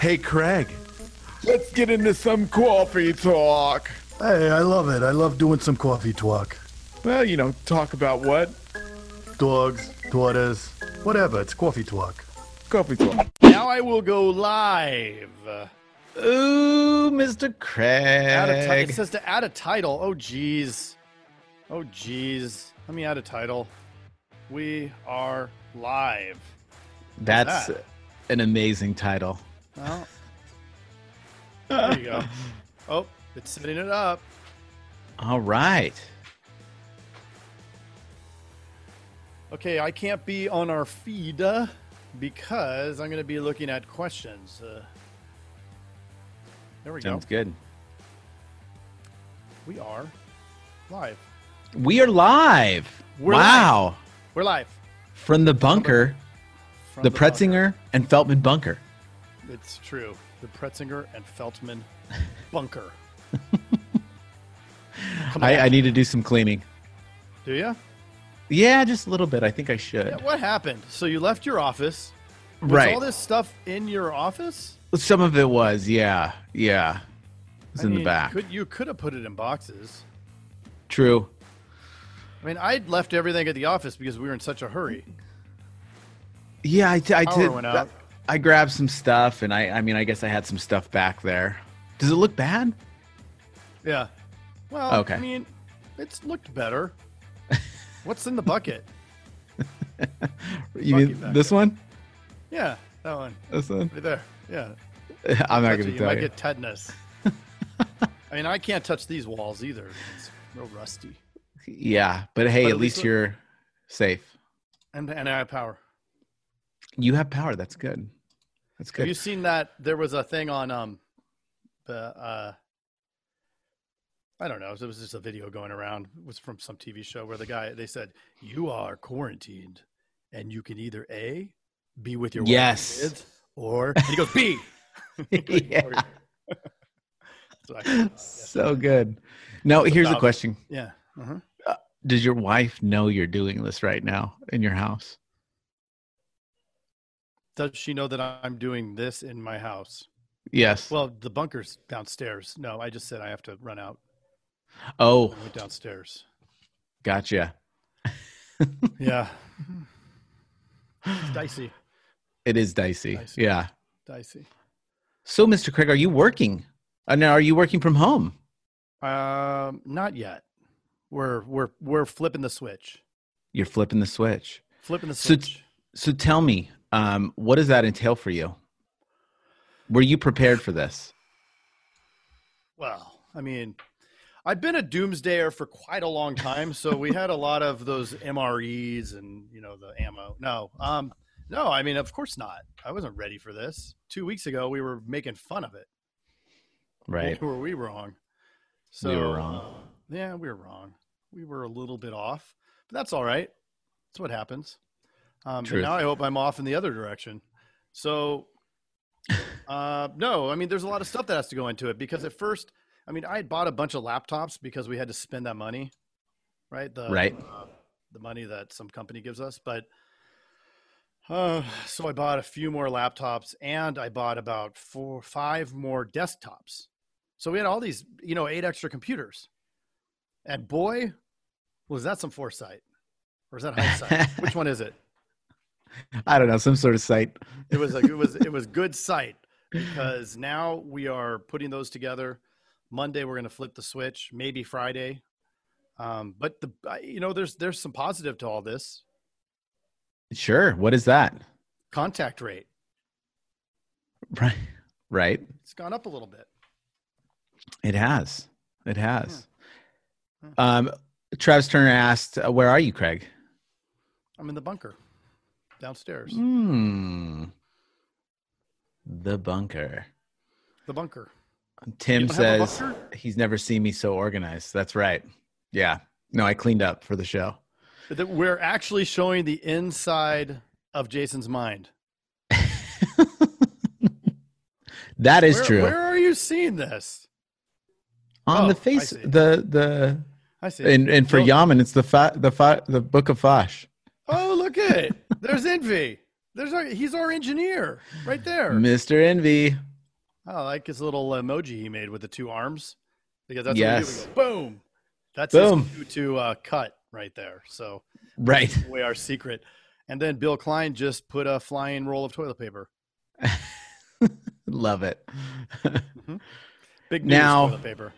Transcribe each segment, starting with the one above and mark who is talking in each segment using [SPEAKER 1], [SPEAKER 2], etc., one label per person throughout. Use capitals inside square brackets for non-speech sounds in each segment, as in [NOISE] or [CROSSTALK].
[SPEAKER 1] Hey, Craig.
[SPEAKER 2] Let's get into some coffee talk.
[SPEAKER 3] Hey, I love it. I love doing some coffee talk.
[SPEAKER 2] Well, you know, talk about what?
[SPEAKER 3] Dogs, daughters, whatever. It's coffee talk.
[SPEAKER 2] Coffee talk.
[SPEAKER 4] Now I will go live.
[SPEAKER 1] Ooh, Mr.
[SPEAKER 4] Add a ti- it
[SPEAKER 1] Craig.
[SPEAKER 4] says to add a title. Oh, geez. Oh, geez. Let me add a title. We are live.
[SPEAKER 1] That's
[SPEAKER 4] that?
[SPEAKER 1] an amazing title.
[SPEAKER 4] Well, there you go. Oh, it's setting it up.
[SPEAKER 1] All right.
[SPEAKER 4] Okay, I can't be on our feed uh, because I'm going to be looking at questions. Uh, there we
[SPEAKER 1] Sounds
[SPEAKER 4] go.
[SPEAKER 1] good.
[SPEAKER 4] We are live.
[SPEAKER 1] We are live.
[SPEAKER 4] We're
[SPEAKER 1] wow.
[SPEAKER 4] We're live.
[SPEAKER 1] From the bunker,
[SPEAKER 4] From
[SPEAKER 1] the,
[SPEAKER 4] bunker.
[SPEAKER 1] Pretzinger and Feltman bunker.
[SPEAKER 4] It's true. The Pretzinger
[SPEAKER 1] [LAUGHS]
[SPEAKER 4] and Feltman bunker. Come
[SPEAKER 1] I,
[SPEAKER 4] on.
[SPEAKER 1] I need to do some cleaning.
[SPEAKER 4] Do you?
[SPEAKER 1] Yeah, just a little bit. I think I should.
[SPEAKER 4] Yeah, what happened? So you left your office. Was
[SPEAKER 1] right.
[SPEAKER 4] all this stuff in your office?
[SPEAKER 1] Some of it was. Yeah. Yeah. It was
[SPEAKER 4] I
[SPEAKER 1] in
[SPEAKER 4] mean,
[SPEAKER 1] the back.
[SPEAKER 4] Could, you could have put it in boxes.
[SPEAKER 1] True.
[SPEAKER 4] I mean, I left everything at the office because we were in such a hurry.
[SPEAKER 1] Yeah, I, t- I
[SPEAKER 4] Power
[SPEAKER 1] did.
[SPEAKER 4] went out.
[SPEAKER 1] I grabbed some stuff, and I, I mean, I guess I had some stuff back there. Does it look bad?
[SPEAKER 4] Yeah. Well,
[SPEAKER 1] Okay.
[SPEAKER 4] I mean, it's looked
[SPEAKER 1] [LAUGHS]
[SPEAKER 4] better. What's in the bucket?
[SPEAKER 1] You
[SPEAKER 4] Fuck
[SPEAKER 1] mean
[SPEAKER 4] you back
[SPEAKER 1] this one?
[SPEAKER 4] Yeah, that one
[SPEAKER 1] This
[SPEAKER 4] [LAUGHS]
[SPEAKER 1] one?
[SPEAKER 4] right there. Yeah.
[SPEAKER 1] I'm not
[SPEAKER 4] Touch
[SPEAKER 1] going
[SPEAKER 4] it,
[SPEAKER 1] to
[SPEAKER 4] you might
[SPEAKER 1] tell you.
[SPEAKER 4] get tetanus. I mean, I can't touch these walls either. It's real rusty.
[SPEAKER 1] Yeah, but hey,
[SPEAKER 4] But
[SPEAKER 1] at
[SPEAKER 4] at
[SPEAKER 1] least
[SPEAKER 4] least
[SPEAKER 1] you're safe.
[SPEAKER 4] And and I have power.
[SPEAKER 1] You have power. That's good. That's
[SPEAKER 4] Have you
[SPEAKER 1] good.
[SPEAKER 4] seen that? There was a thing on um, the uh, I don't know. It was just a video going around. It was from some TV show where the guy they said you are quarantined, and you can either a be with your wife and
[SPEAKER 1] Yes.
[SPEAKER 4] kids, or and he goes
[SPEAKER 1] [LAUGHS]
[SPEAKER 4] b.
[SPEAKER 1] Yeah. [LAUGHS]
[SPEAKER 4] So I- uh, yes.
[SPEAKER 1] So good. Now,
[SPEAKER 4] It's
[SPEAKER 1] here's a
[SPEAKER 4] about-
[SPEAKER 1] question
[SPEAKER 4] yeah. uh
[SPEAKER 1] Does your wife know you're doing this right now in your house?
[SPEAKER 4] Does she know that I'm doing this in my house?
[SPEAKER 1] Yes.
[SPEAKER 4] Well, the bunker's downstairs. No, I just said I have to run out.
[SPEAKER 1] oh,
[SPEAKER 4] I went downstairs.
[SPEAKER 1] gotcha.
[SPEAKER 4] Yeah. It's dicey.
[SPEAKER 1] It is dicey.
[SPEAKER 4] Dicey.
[SPEAKER 1] Yeah.
[SPEAKER 4] Dicey.
[SPEAKER 1] So, Mr. Craig, are you working? Uh, now, are you working from home?
[SPEAKER 4] Um, not yet. We're we're we're flipping the switch.
[SPEAKER 1] You're flipping the switch.
[SPEAKER 4] Flipping the
[SPEAKER 1] So t-
[SPEAKER 4] switch.
[SPEAKER 1] So, tell me, um, what does that entail for you? Were you prepared for this?
[SPEAKER 4] well, I mean, I've been a doomsdayer for quite a long time, so we had a lot of those MREs and you know the ammo. No, um, no. I mean, of course not. I wasn't ready for this. Two weeks ago, we were making fun of it.
[SPEAKER 1] Right.
[SPEAKER 4] Were we wrong? So
[SPEAKER 1] We were wrong.
[SPEAKER 4] uh, yeah, we were wrong. We were a little bit off, but that's all right. That's what happens. Um, and
[SPEAKER 1] Truth.
[SPEAKER 4] now I hope I'm off in the other direction. So, uh, no, I mean, there's a lot of stuff that has to go into it because at first, I mean, I had bought a bunch of laptops because we had to spend that money, right? The,
[SPEAKER 1] Right.
[SPEAKER 4] Uh, the money that some company gives us, but uh, so I bought a few more laptops and I bought about four, five more desktops. So we had all these, you know, eight extra computers. And boy, was that some foresight. Or is that hindsight? Which one is it?
[SPEAKER 1] I don't know, some sort of site.
[SPEAKER 4] It was like it was it was good sight because now we are putting those together. Monday we're going to flip the switch, maybe Friday. Um, but the I- you know there's there's some positive to all this.
[SPEAKER 1] Sure. What is that?
[SPEAKER 4] Contact rate
[SPEAKER 1] Right. Right.
[SPEAKER 4] it's gone up a little bit.
[SPEAKER 1] It has. It has.
[SPEAKER 4] Hmm.
[SPEAKER 1] Um, Travis Turner asked, uh, "Where are you, Craig?"
[SPEAKER 4] I'm in the bunker downstairs.
[SPEAKER 1] Mm. Hmm. The bunker.
[SPEAKER 4] The bunker.
[SPEAKER 1] Tim
[SPEAKER 4] You don't have a
[SPEAKER 1] says
[SPEAKER 4] bunker?
[SPEAKER 1] he's never seen me so organized. That's right. Yeah. No, I cleaned up for the show.
[SPEAKER 4] that we're actually showing the inside of Jason's mind.
[SPEAKER 1] That is
[SPEAKER 4] Where-
[SPEAKER 1] true.
[SPEAKER 4] Where are you seeing this?
[SPEAKER 1] On
[SPEAKER 4] Oh,
[SPEAKER 1] the
[SPEAKER 4] I
[SPEAKER 1] face,
[SPEAKER 4] see.
[SPEAKER 1] the the
[SPEAKER 4] I see.
[SPEAKER 1] and and for
[SPEAKER 4] Well-
[SPEAKER 1] Yaman, it's the fa- the fa- the Book of Fash.
[SPEAKER 4] oh, look
[SPEAKER 1] [LAUGHS]
[SPEAKER 4] at it. There's Envy. There's our, he's our engineer right there.
[SPEAKER 1] Mr. Envy.
[SPEAKER 4] I like his little emoji he made with the two arms because that's
[SPEAKER 1] Yes.
[SPEAKER 4] what we do. We go, boom. That's
[SPEAKER 1] Boom.
[SPEAKER 4] his cue to uh, cut right there. So
[SPEAKER 1] Right.
[SPEAKER 4] away our secret. And then Bill Klein just put a flying roll of toilet paper.
[SPEAKER 1] Love it.
[SPEAKER 4] Big news
[SPEAKER 1] Now-
[SPEAKER 4] toilet paper.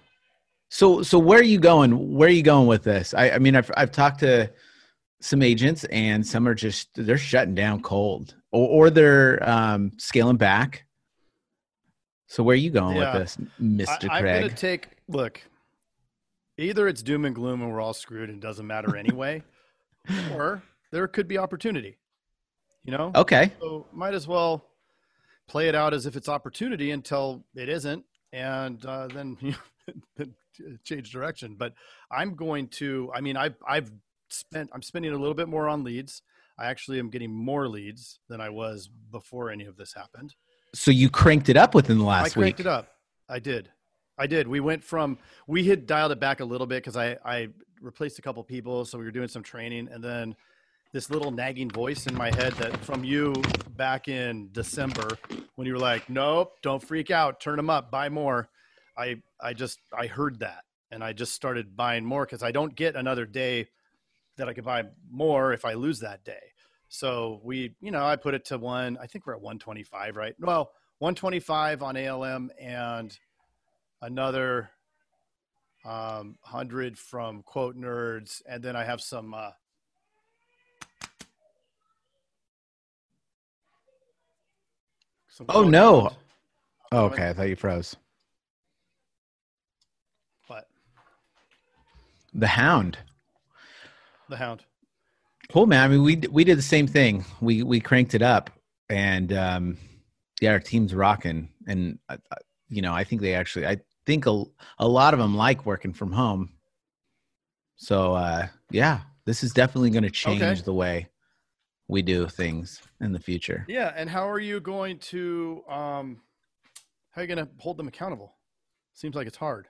[SPEAKER 1] So, so where are you going? Where are you going with this? I, I mean, I've I've talked to some agents, and some are just they're shutting down cold, or or they're um, scaling back. So, where are you going
[SPEAKER 4] Yeah.
[SPEAKER 1] with this, Mister
[SPEAKER 4] I, am going
[SPEAKER 1] Craig?
[SPEAKER 4] to take look. Either it's doom and gloom and we're all screwed and it doesn't
[SPEAKER 1] [LAUGHS]
[SPEAKER 4] matter anyway, or there could be opportunity. You know,
[SPEAKER 1] okay,
[SPEAKER 4] so might as well play it out as if it's opportunity until it isn't, and uh, then [LAUGHS] you then change direction. But I'm going to. I mean, I've I've spent. I'm spending a little bit more on leads. I actually am getting more leads than I was before any of this happened.
[SPEAKER 1] so you cranked it up within the last
[SPEAKER 4] I cranked
[SPEAKER 1] week.
[SPEAKER 4] it up. I did. I did. We went from we had dialed it back a little bit because I I replaced a couple people, so we were doing some training, and then this little nagging voice in my head that from you back in December when you were like, "Nope, don't freak out, turn them up, buy more." I I just I heard that, and I just started buying more because I don't get another day that I could buy more if I lose that day. So we, you know, I put it to one. I think we're at 125, right? Well, 125 on ALM and another um, 100 from Quote Nerds. And then I have some. Uh, some
[SPEAKER 1] Oh,
[SPEAKER 4] Quote
[SPEAKER 1] no.
[SPEAKER 4] Nerds.
[SPEAKER 1] Oh, okay, I thought you froze.
[SPEAKER 4] What?
[SPEAKER 1] The hound.
[SPEAKER 4] The hound.
[SPEAKER 1] Cool, man. I mean, we we did the same thing. We we cranked it up, and um, yeah, our team's rocking. And uh, uh, you know, I think they actually, I think a a lot of them like working from home. So uh, yeah, this is definitely going to change
[SPEAKER 4] Okay.
[SPEAKER 1] the way we do things in the future.
[SPEAKER 4] Yeah, and how are you going to um how are you going to hold them accountable? Seems like it's hard.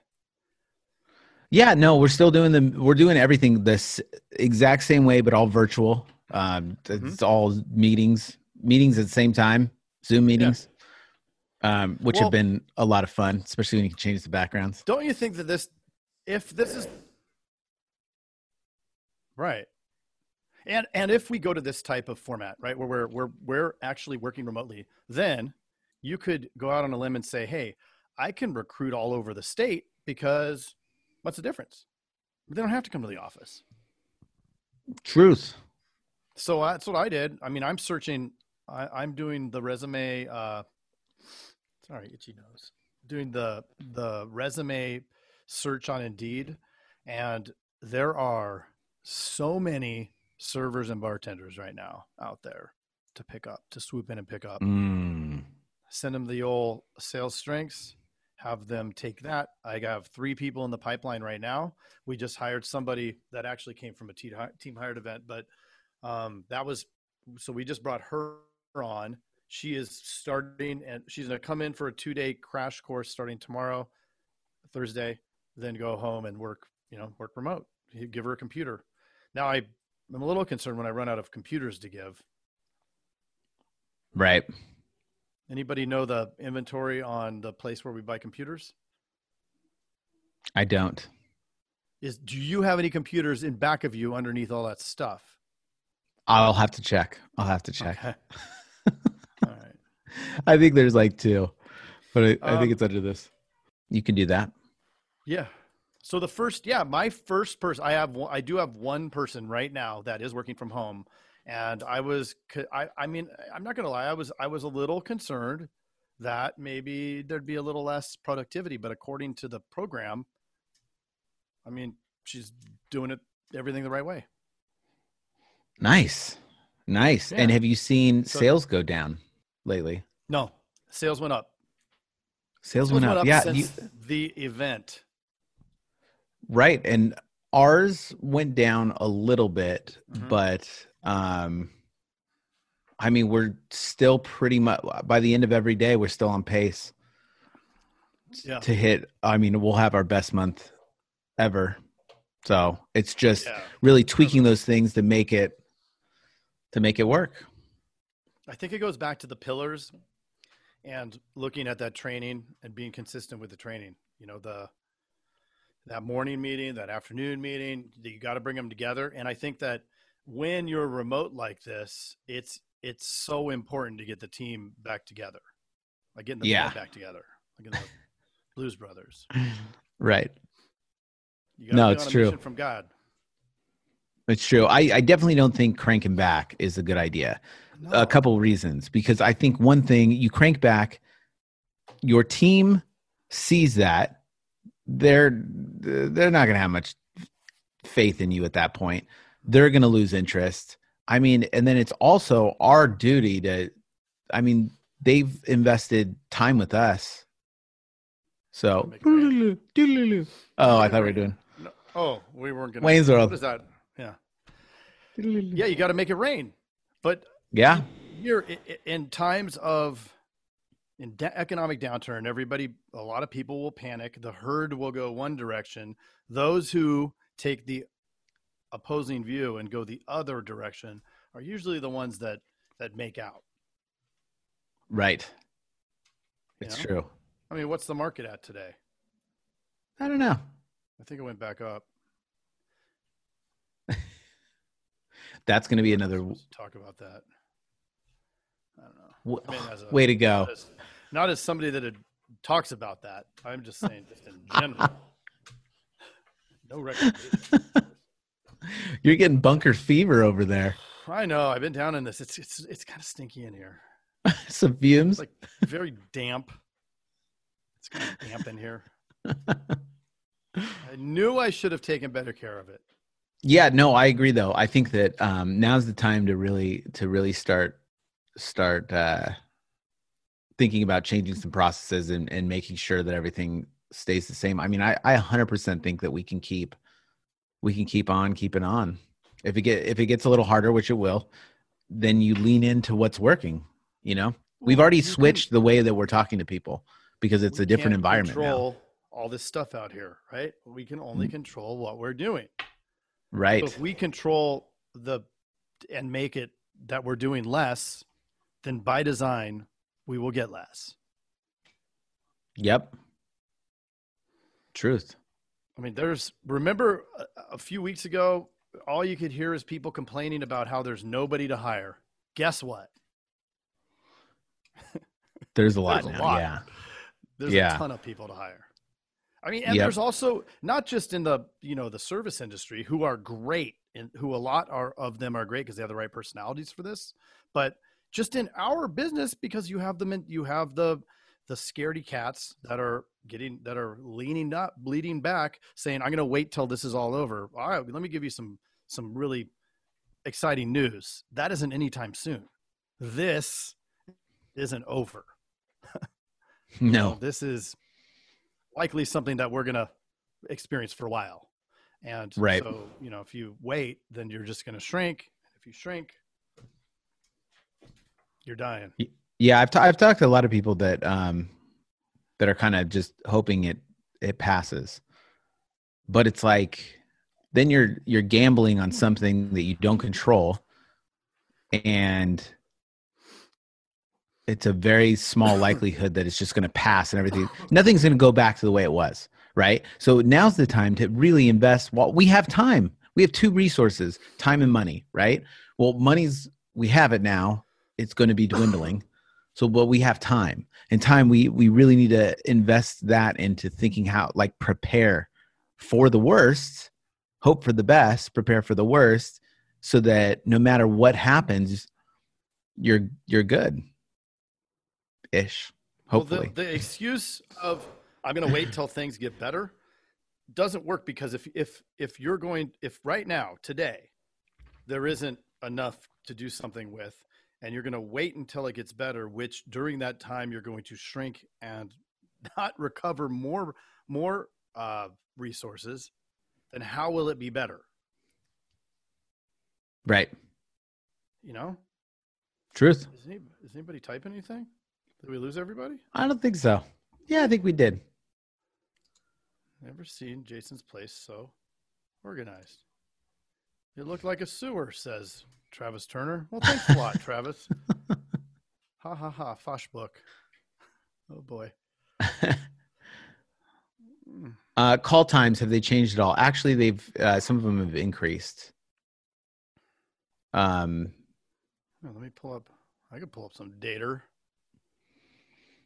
[SPEAKER 1] Yeah, no, we're still doing the we're doing everything this exact same way, but all virtual. Um, it's all meetings, meetings at the same time, Zoom meetings, um, which
[SPEAKER 4] Well-
[SPEAKER 1] have been a lot of fun, especially when you can change the backgrounds.
[SPEAKER 4] Don't you think that this if this is right. And and if we go to this type of format, right, where we're we're we're actually working remotely, then you could go out on a limb and say, "Hey, I can recruit all over the state because what's the difference? They don't have to come to the office."
[SPEAKER 1] Truth.
[SPEAKER 4] So that's what I did. I mean, I'm searching. I, I'm doing the resume. Uh, sorry, itchy nose. Doing the the resume search on Indeed, and there are so many servers and bartenders right now out there to pick up, to swoop in and pick up.
[SPEAKER 1] Mm.
[SPEAKER 4] Send them the old sales strengths. Have them take that. I have three people in the pipeline right now. We just hired somebody that actually came from a team hi- team hired event, but um, that was so we just brought her on she is starting and she's going to come in for a two-day crash course starting tomorrow thursday then go home and work you know work remote You give her a computer now i i'm a little concerned when i run out of computers to give
[SPEAKER 1] Right.
[SPEAKER 4] anybody know the inventory on the place where we buy computers
[SPEAKER 1] I don't.
[SPEAKER 4] is do you have any computers in back of you underneath all that stuff
[SPEAKER 1] I'll have to check. I'll have to check.
[SPEAKER 4] Okay. [LAUGHS] all right
[SPEAKER 1] [LAUGHS] I think there's like two, but I, I
[SPEAKER 4] Um,
[SPEAKER 1] think it's under this. You can do that.
[SPEAKER 4] Yeah. So the first, yeah, my first person, I have, one- I do have one person right now that is working from home, and I was, c- I, I mean, I'm not gonna lie, I was, I was a little concerned that maybe there'd be a little less productivity, but according to the program, I mean, she's doing it everything the right way.
[SPEAKER 1] Nice, nice.
[SPEAKER 4] Yeah.
[SPEAKER 1] And have you seen
[SPEAKER 4] So-
[SPEAKER 1] sales go down lately?
[SPEAKER 4] No, sales went up.
[SPEAKER 1] Sales, went, up. Yeah. you-
[SPEAKER 4] since the event.
[SPEAKER 1] Right. And ours went down a little bit,
[SPEAKER 4] Mhm.
[SPEAKER 1] but um I mean we're still pretty much by the end of every day we're still on pace
[SPEAKER 4] Yeah.
[SPEAKER 1] to hit I mean we'll have our best month ever. So, it's just
[SPEAKER 4] Yeah.
[SPEAKER 1] really tweaking those things to make it to make it work.
[SPEAKER 4] I think it goes back to the pillars and looking at that training and being consistent with the training you know the that morning meeting that afternoon meeting that you got to bring them together and i think that when you're remote like this it's it's so important to get the team back together like getting the
[SPEAKER 1] Yeah.
[SPEAKER 4] band back together like
[SPEAKER 1] [LAUGHS]
[SPEAKER 4] in the blues brothers
[SPEAKER 1] Right.
[SPEAKER 4] you
[SPEAKER 1] No,
[SPEAKER 4] be
[SPEAKER 1] it's
[SPEAKER 4] on a
[SPEAKER 1] true.
[SPEAKER 4] mission from god
[SPEAKER 1] It's true. I, I definitely don't think cranking back is a good idea.
[SPEAKER 4] No.
[SPEAKER 1] A couple reasons. Because I think one thing you crank back, your team sees that. They're they're not gonna have much faith in you at that point. They're gonna lose interest. I mean, and then it's also our duty to I mean, they've invested time with us. So
[SPEAKER 4] Make it
[SPEAKER 1] oh, I thought we were doing
[SPEAKER 4] No- oh we weren't gonna
[SPEAKER 1] Wayne's
[SPEAKER 4] what
[SPEAKER 1] World.
[SPEAKER 4] is that yeah yeah you got to make it rain but
[SPEAKER 1] Yeah.
[SPEAKER 4] here i- i- in times of in da- economic downturn everybody a lot of people will panic the herd will go one direction those who take the opposing view and go the other direction are usually the ones that that make out
[SPEAKER 1] Right. It's
[SPEAKER 4] Yeah.
[SPEAKER 1] true.
[SPEAKER 4] i mean what's the market at today
[SPEAKER 1] I don't know.
[SPEAKER 4] i think it went back up
[SPEAKER 1] That's going to be another
[SPEAKER 4] Let's talk about that i don't know
[SPEAKER 1] w-
[SPEAKER 4] I mean, as a-
[SPEAKER 1] way to go.
[SPEAKER 4] not as, not as somebody that had- talks about that i'm just saying just in general no recommendation
[SPEAKER 1] You're getting bunker fever over there. [LAUGHS]
[SPEAKER 4] I know. I've been down in this. It's it's it's kind of stinky in here.
[SPEAKER 1] Some fumes.
[SPEAKER 4] It's like very damp. It's kind of damp in here. I knew I should have taken better care of it.
[SPEAKER 1] yeah, no, I agree though. I think that um, now's the time to really to really start start uh, thinking about changing some processes and, and making sure that everything stays the same. I mean, I, I 100% think that we can keep we can keep on keeping on. If it get if it gets a little harder, which it will, then you lean into what's working. You know, we've already
[SPEAKER 4] You can-
[SPEAKER 1] switched the way that we're talking to people because it's
[SPEAKER 4] we
[SPEAKER 1] a different
[SPEAKER 4] can't
[SPEAKER 1] environment now. Mm-hmm.
[SPEAKER 4] Control all this stuff out here, right? We can only control what we're doing. So
[SPEAKER 1] Right.
[SPEAKER 4] if we control the and make it that we're doing less, then by design we will get less.
[SPEAKER 1] Yep. Truth.
[SPEAKER 4] I mean, there's remember a, a few weeks ago, all you could hear is people complaining about how there's nobody to hire. Guess what?
[SPEAKER 1] There's a lot
[SPEAKER 4] There's a
[SPEAKER 1] now.
[SPEAKER 4] lot.
[SPEAKER 1] Yeah.
[SPEAKER 4] There's
[SPEAKER 1] Yeah.
[SPEAKER 4] a ton of people to hire. I mean, and
[SPEAKER 1] Yep.
[SPEAKER 4] there's also not just in the you know the service industry who are great and who a lot are of them are great because they have the right personalities for this, but just in our business because you have them in, you have the the scaredy cats that are getting that are leaning up leading back saying i'm going to wait till this is all over all right let me give you some some really exciting news that isn't anytime soon this isn't over
[SPEAKER 1] No.
[SPEAKER 4] Um, this is likely something that we're going to experience for a while. And
[SPEAKER 1] Right.
[SPEAKER 4] so, you know, if you wait, then you're just going to shrink. If you shrink, you're dying.
[SPEAKER 1] Yeah, I've, t- I've talked to a lot of people that um that are kind of just hoping it it passes, but it's like then you're you're gambling on something that you don't control, and it's a very small likelihood that it's just going to pass and everything. Nothing's going to go back to the way it was, right? So now's the time to really invest. What we have time, we have two resources: time and money, right? Well, money's we have it now. It's going to be dwindling. So, but we have time, and time we we really need to invest that into thinking how like prepare for the worst, hope for the best, prepare for the worst, so that no matter what happens, you're you're good, ish. Hopefully,
[SPEAKER 4] the, the excuse of I'm going to wait till things get better doesn't work because if if if you're going if right now today there isn't enough to do something with and you're going to wait until it gets better which during that time you're going to shrink and [LAUGHS] not recover more more uh, resources then how will it be better
[SPEAKER 1] right?
[SPEAKER 4] you know
[SPEAKER 1] Truth.
[SPEAKER 4] is, any, is anybody typing anything did we lose everybody
[SPEAKER 1] I don't think so. Yeah, I think we did.
[SPEAKER 4] Never seen Jason's place so organized. It looked like a sewer, says Travis Turner. Well, thanks a lot, Travis. Ha ha ha, Fosh book. Oh boy. Hmm. Mm.
[SPEAKER 1] uh, call times have they changed at all? Actually, they've uh, some of them have increased. Um,
[SPEAKER 4] Oh, let me pull up. I could pull up some data.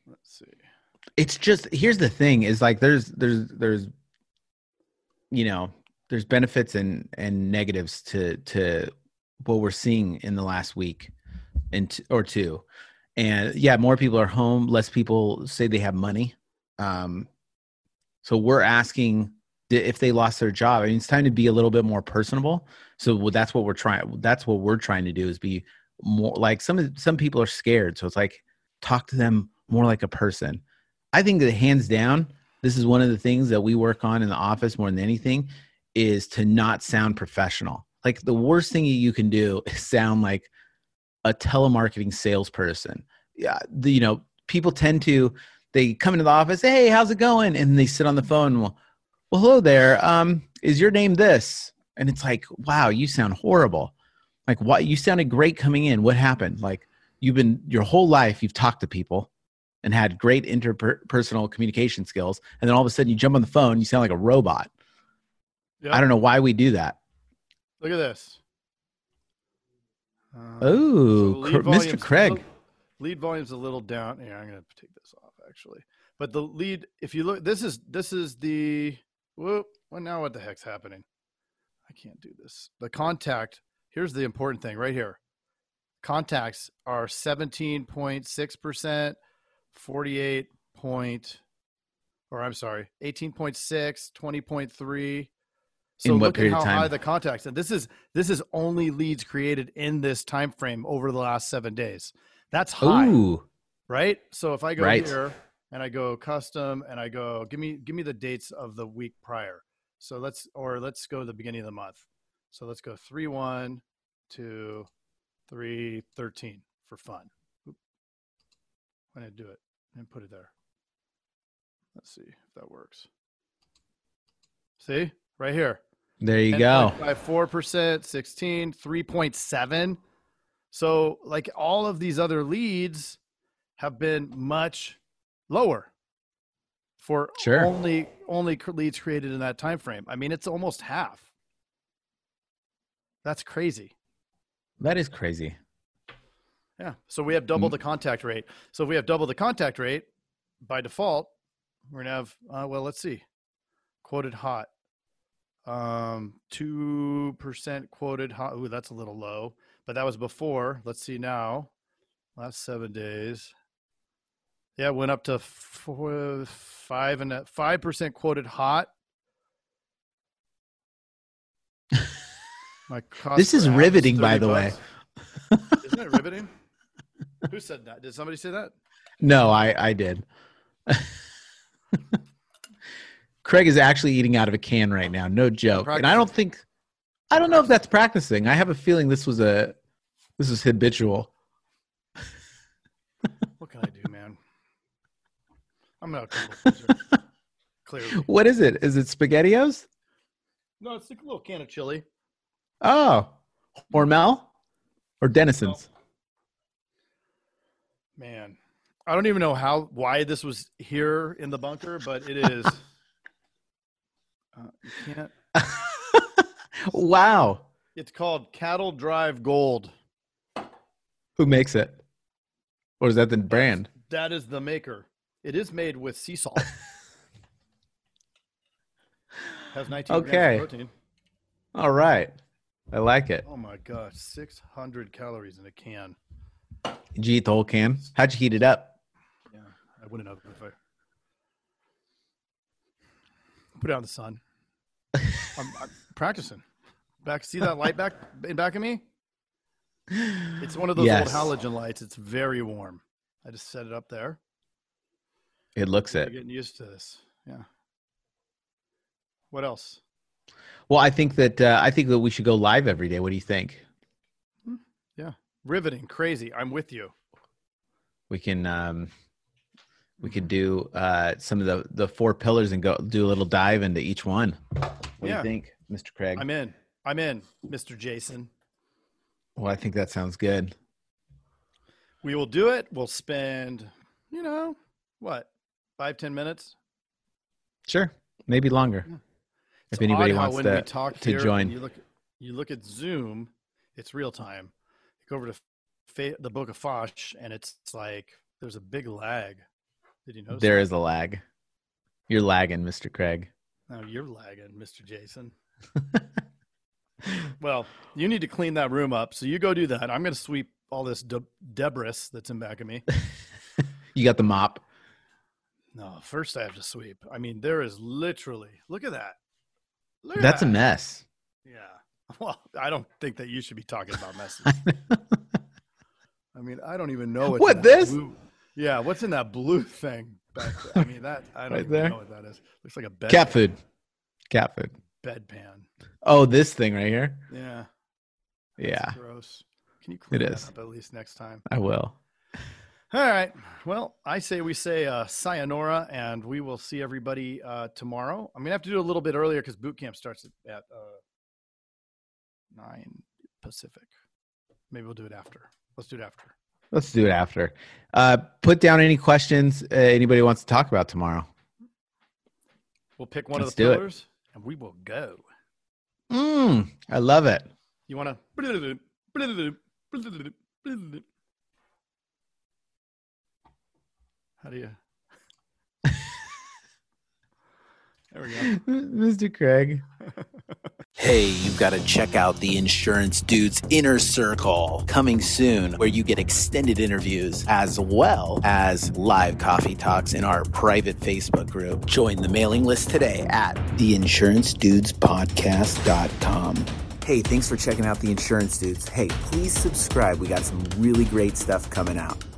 [SPEAKER 4] Let's see.
[SPEAKER 1] it's just here's the thing is like there's there's there's you know there's benefits and and negatives to to what we're seeing in the last week and t- or two and yeah more people are home less people say they have money um so we're asking th- if they lost their job i mean it's time to be a little bit more personable so well, that's what we're trying that's what we're trying to do is be more like some of- some people are scared so it's like talk to them more like a person I think that hands down, this is one of the things that we work on in the office more than anything is to not sound professional. Like the worst thing you can do [LAUGHS] is sound like a telemarketing salesperson. Yeah, the, you know, people tend to they come into the office, hey, how's it going? And they sit on the phone. Well, well hello there. Um, is your name this? And it's like, wow, you sound horrible. Like, what? You sounded great coming in. What happened? Like, you've been your whole life you've talked to people and had great interpersonal communication skills and then all of a sudden you jump on the phone you sound like a robot
[SPEAKER 4] Yeah.
[SPEAKER 1] i don't know why we do that
[SPEAKER 4] Look at this. Um,
[SPEAKER 1] oh
[SPEAKER 4] lead
[SPEAKER 1] Cr-
[SPEAKER 4] volume's a
[SPEAKER 1] mr craig
[SPEAKER 4] little- lead volume's a little down. Here, I'm going to take this off actually. But the lead, if you look, this is this is the whoop. Well, now what the heck's happening? I can't do this. The contact. Here's the important thing right here. Contacts are 17.6 percent, 48 point, or I'm sorry, 18.6, 20.3. So
[SPEAKER 1] In what
[SPEAKER 4] look
[SPEAKER 1] period
[SPEAKER 4] at
[SPEAKER 1] of
[SPEAKER 4] how
[SPEAKER 1] time?
[SPEAKER 4] high the contacts. And this is this is only leads created in this time frame over the last seven days. That's high
[SPEAKER 1] ooh
[SPEAKER 4] right? So if I go
[SPEAKER 1] Right.
[SPEAKER 4] here and I go custom and I go give me give me the dates of the week prior. So let's or let's go the beginning of the month. So let's go three one to three thirteen for fun. Oop. Why did I do it and put it there? Let's see if that works. See right here.
[SPEAKER 1] there you
[SPEAKER 4] And
[SPEAKER 1] go
[SPEAKER 4] like By four percent, 16, 3.7. So like all of these other leads have been much lower for
[SPEAKER 1] Sure.
[SPEAKER 4] only only cr- leads created in that time frame. I mean, it's almost half. That's crazy.
[SPEAKER 1] that is crazy
[SPEAKER 4] Yeah. So we have
[SPEAKER 1] Mm-hmm.
[SPEAKER 4] double the contact rate. So if we have double the contact rate, by default, we're gonna have uh, well, let's see, quoted hot, um, two percent quoted hot. Ooh, that's a little low, but that was before. Let's see now, last seven days. Yeah, it went up to four, five and five percent quoted hot.
[SPEAKER 1] [LAUGHS]
[SPEAKER 4] My cost
[SPEAKER 1] This
[SPEAKER 4] per
[SPEAKER 1] is
[SPEAKER 4] app
[SPEAKER 1] riveting, by
[SPEAKER 4] 30
[SPEAKER 1] the way.
[SPEAKER 4] bucks.
[SPEAKER 1] [LAUGHS]
[SPEAKER 4] Isn't it riveting? Who said that? Did somebody say that?
[SPEAKER 1] no i i did [LAUGHS] craig is actually eating out of a can right now no joke and i don't think i don't know if that's practicing i have a feeling this was a this is habitual
[SPEAKER 4] What can I do, man? I'm not a people pleaser. Clearly.
[SPEAKER 1] what is it is it spaghettios
[SPEAKER 4] No, it's like a little can of chili.
[SPEAKER 1] Oh, Hormel or Denison's?
[SPEAKER 4] Man. I don't even know how why this was here in the bunker, but it is. Uh, you can't.
[SPEAKER 1] wow.
[SPEAKER 4] It's called Cattle Drive Gold.
[SPEAKER 1] Who makes it? Or is that the brand?
[SPEAKER 4] That is the maker. It is made with sea salt. Has 19 grams
[SPEAKER 1] Okay.
[SPEAKER 4] of protein.
[SPEAKER 1] All right. I like it.
[SPEAKER 4] Oh my gosh, 600 calories in a can.
[SPEAKER 1] Did you eat the whole can? How'd you heat it up?
[SPEAKER 4] Yeah, I wouldn't have if I put it out in the sun. I'm, I'm practicing. Back, see that light back in back of me? It's one of those
[SPEAKER 1] Yes.
[SPEAKER 4] old halogen lights. It's very warm. I just set it up there.
[SPEAKER 1] It looks
[SPEAKER 4] You're
[SPEAKER 1] it.
[SPEAKER 4] getting used to this. Yeah. What else?
[SPEAKER 1] Well, I think that uh, I think that we should go live every day. What do you think?
[SPEAKER 4] Riveting, crazy. I'm with you.
[SPEAKER 1] We can um, we could do uh, some of the the four pillars and go do a little dive into each one. What
[SPEAKER 4] Yeah.
[SPEAKER 1] do you think, Mr. Craig?
[SPEAKER 4] I'm in. I'm in, Mr. Jason.
[SPEAKER 1] well, I think that sounds good.
[SPEAKER 4] We will do it. We'll spend, you know, what five ten minutes.
[SPEAKER 1] Sure, maybe longer.
[SPEAKER 4] Yeah.
[SPEAKER 1] If
[SPEAKER 4] It's
[SPEAKER 1] anybody
[SPEAKER 4] odd how
[SPEAKER 1] wants
[SPEAKER 4] when we
[SPEAKER 1] to,
[SPEAKER 4] talk
[SPEAKER 1] to
[SPEAKER 4] here,
[SPEAKER 1] join.
[SPEAKER 4] You look, you look at Zoom, it's real time. You go over to fa- the Book of Fosh, and it's like there's a big lag. Did you notice?
[SPEAKER 1] there is a lag. You're lagging, Mr. Craig.
[SPEAKER 4] Now you're lagging, Mr. Jason. [LAUGHS] Well, you need to clean that room up, so you go do that. I'm going to sweep all this de- debris that's in back of
[SPEAKER 1] [LAUGHS]
[SPEAKER 4] me.
[SPEAKER 1] you got the mop.
[SPEAKER 4] No, first I have to sweep. I mean, there is literally. Look at that. Look at
[SPEAKER 1] That's a
[SPEAKER 4] that.
[SPEAKER 1] mess.
[SPEAKER 4] Yeah. [LAUGHS] Well, I don't think that you should be talking about messes.
[SPEAKER 1] [LAUGHS]
[SPEAKER 4] I mean, I don't even know
[SPEAKER 1] What,
[SPEAKER 4] in that
[SPEAKER 1] this?
[SPEAKER 4] blue- yeah, what's in that blue thing? Back there? I mean, that I don't
[SPEAKER 1] Right
[SPEAKER 4] even
[SPEAKER 1] there.
[SPEAKER 4] know what that is. Looks like a bed
[SPEAKER 1] Cat food. Cat food.
[SPEAKER 4] bedpan.
[SPEAKER 1] Oh, this thing right here.
[SPEAKER 4] Yeah. that's
[SPEAKER 1] Yeah,
[SPEAKER 4] Gross. Can you clean
[SPEAKER 1] It
[SPEAKER 4] that
[SPEAKER 1] is.
[SPEAKER 4] up at least next time?
[SPEAKER 1] I will.
[SPEAKER 4] All right. Well, I say we say uh, sayonara, and we will see everybody uh, tomorrow. I'm gonna have to do it a little bit earlier because boot camp starts at, at uh, nine Pacific. Maybe we'll do it after. Let's do it after.
[SPEAKER 1] Let's do it after. Uh, put down any questions uh, anybody wants to talk about tomorrow.
[SPEAKER 4] We'll pick one
[SPEAKER 1] Let's
[SPEAKER 4] of the
[SPEAKER 1] do it.
[SPEAKER 4] pillars, and we will go.
[SPEAKER 1] Mm, I love it.
[SPEAKER 4] You want to? How do you?
[SPEAKER 1] [LAUGHS]
[SPEAKER 4] there we go.
[SPEAKER 1] Mr. Craig.
[SPEAKER 5] Hey, you've got to check out the Insurance Dude's Inner Circle coming soon, where you get extended interviews as well as live coffee talks in our private Facebook group. Join the mailing list today at theinsurancedudespodcast.com. Hey, thanks for checking out The Insurance Dudes. Hey, please subscribe. We got some really great stuff coming out.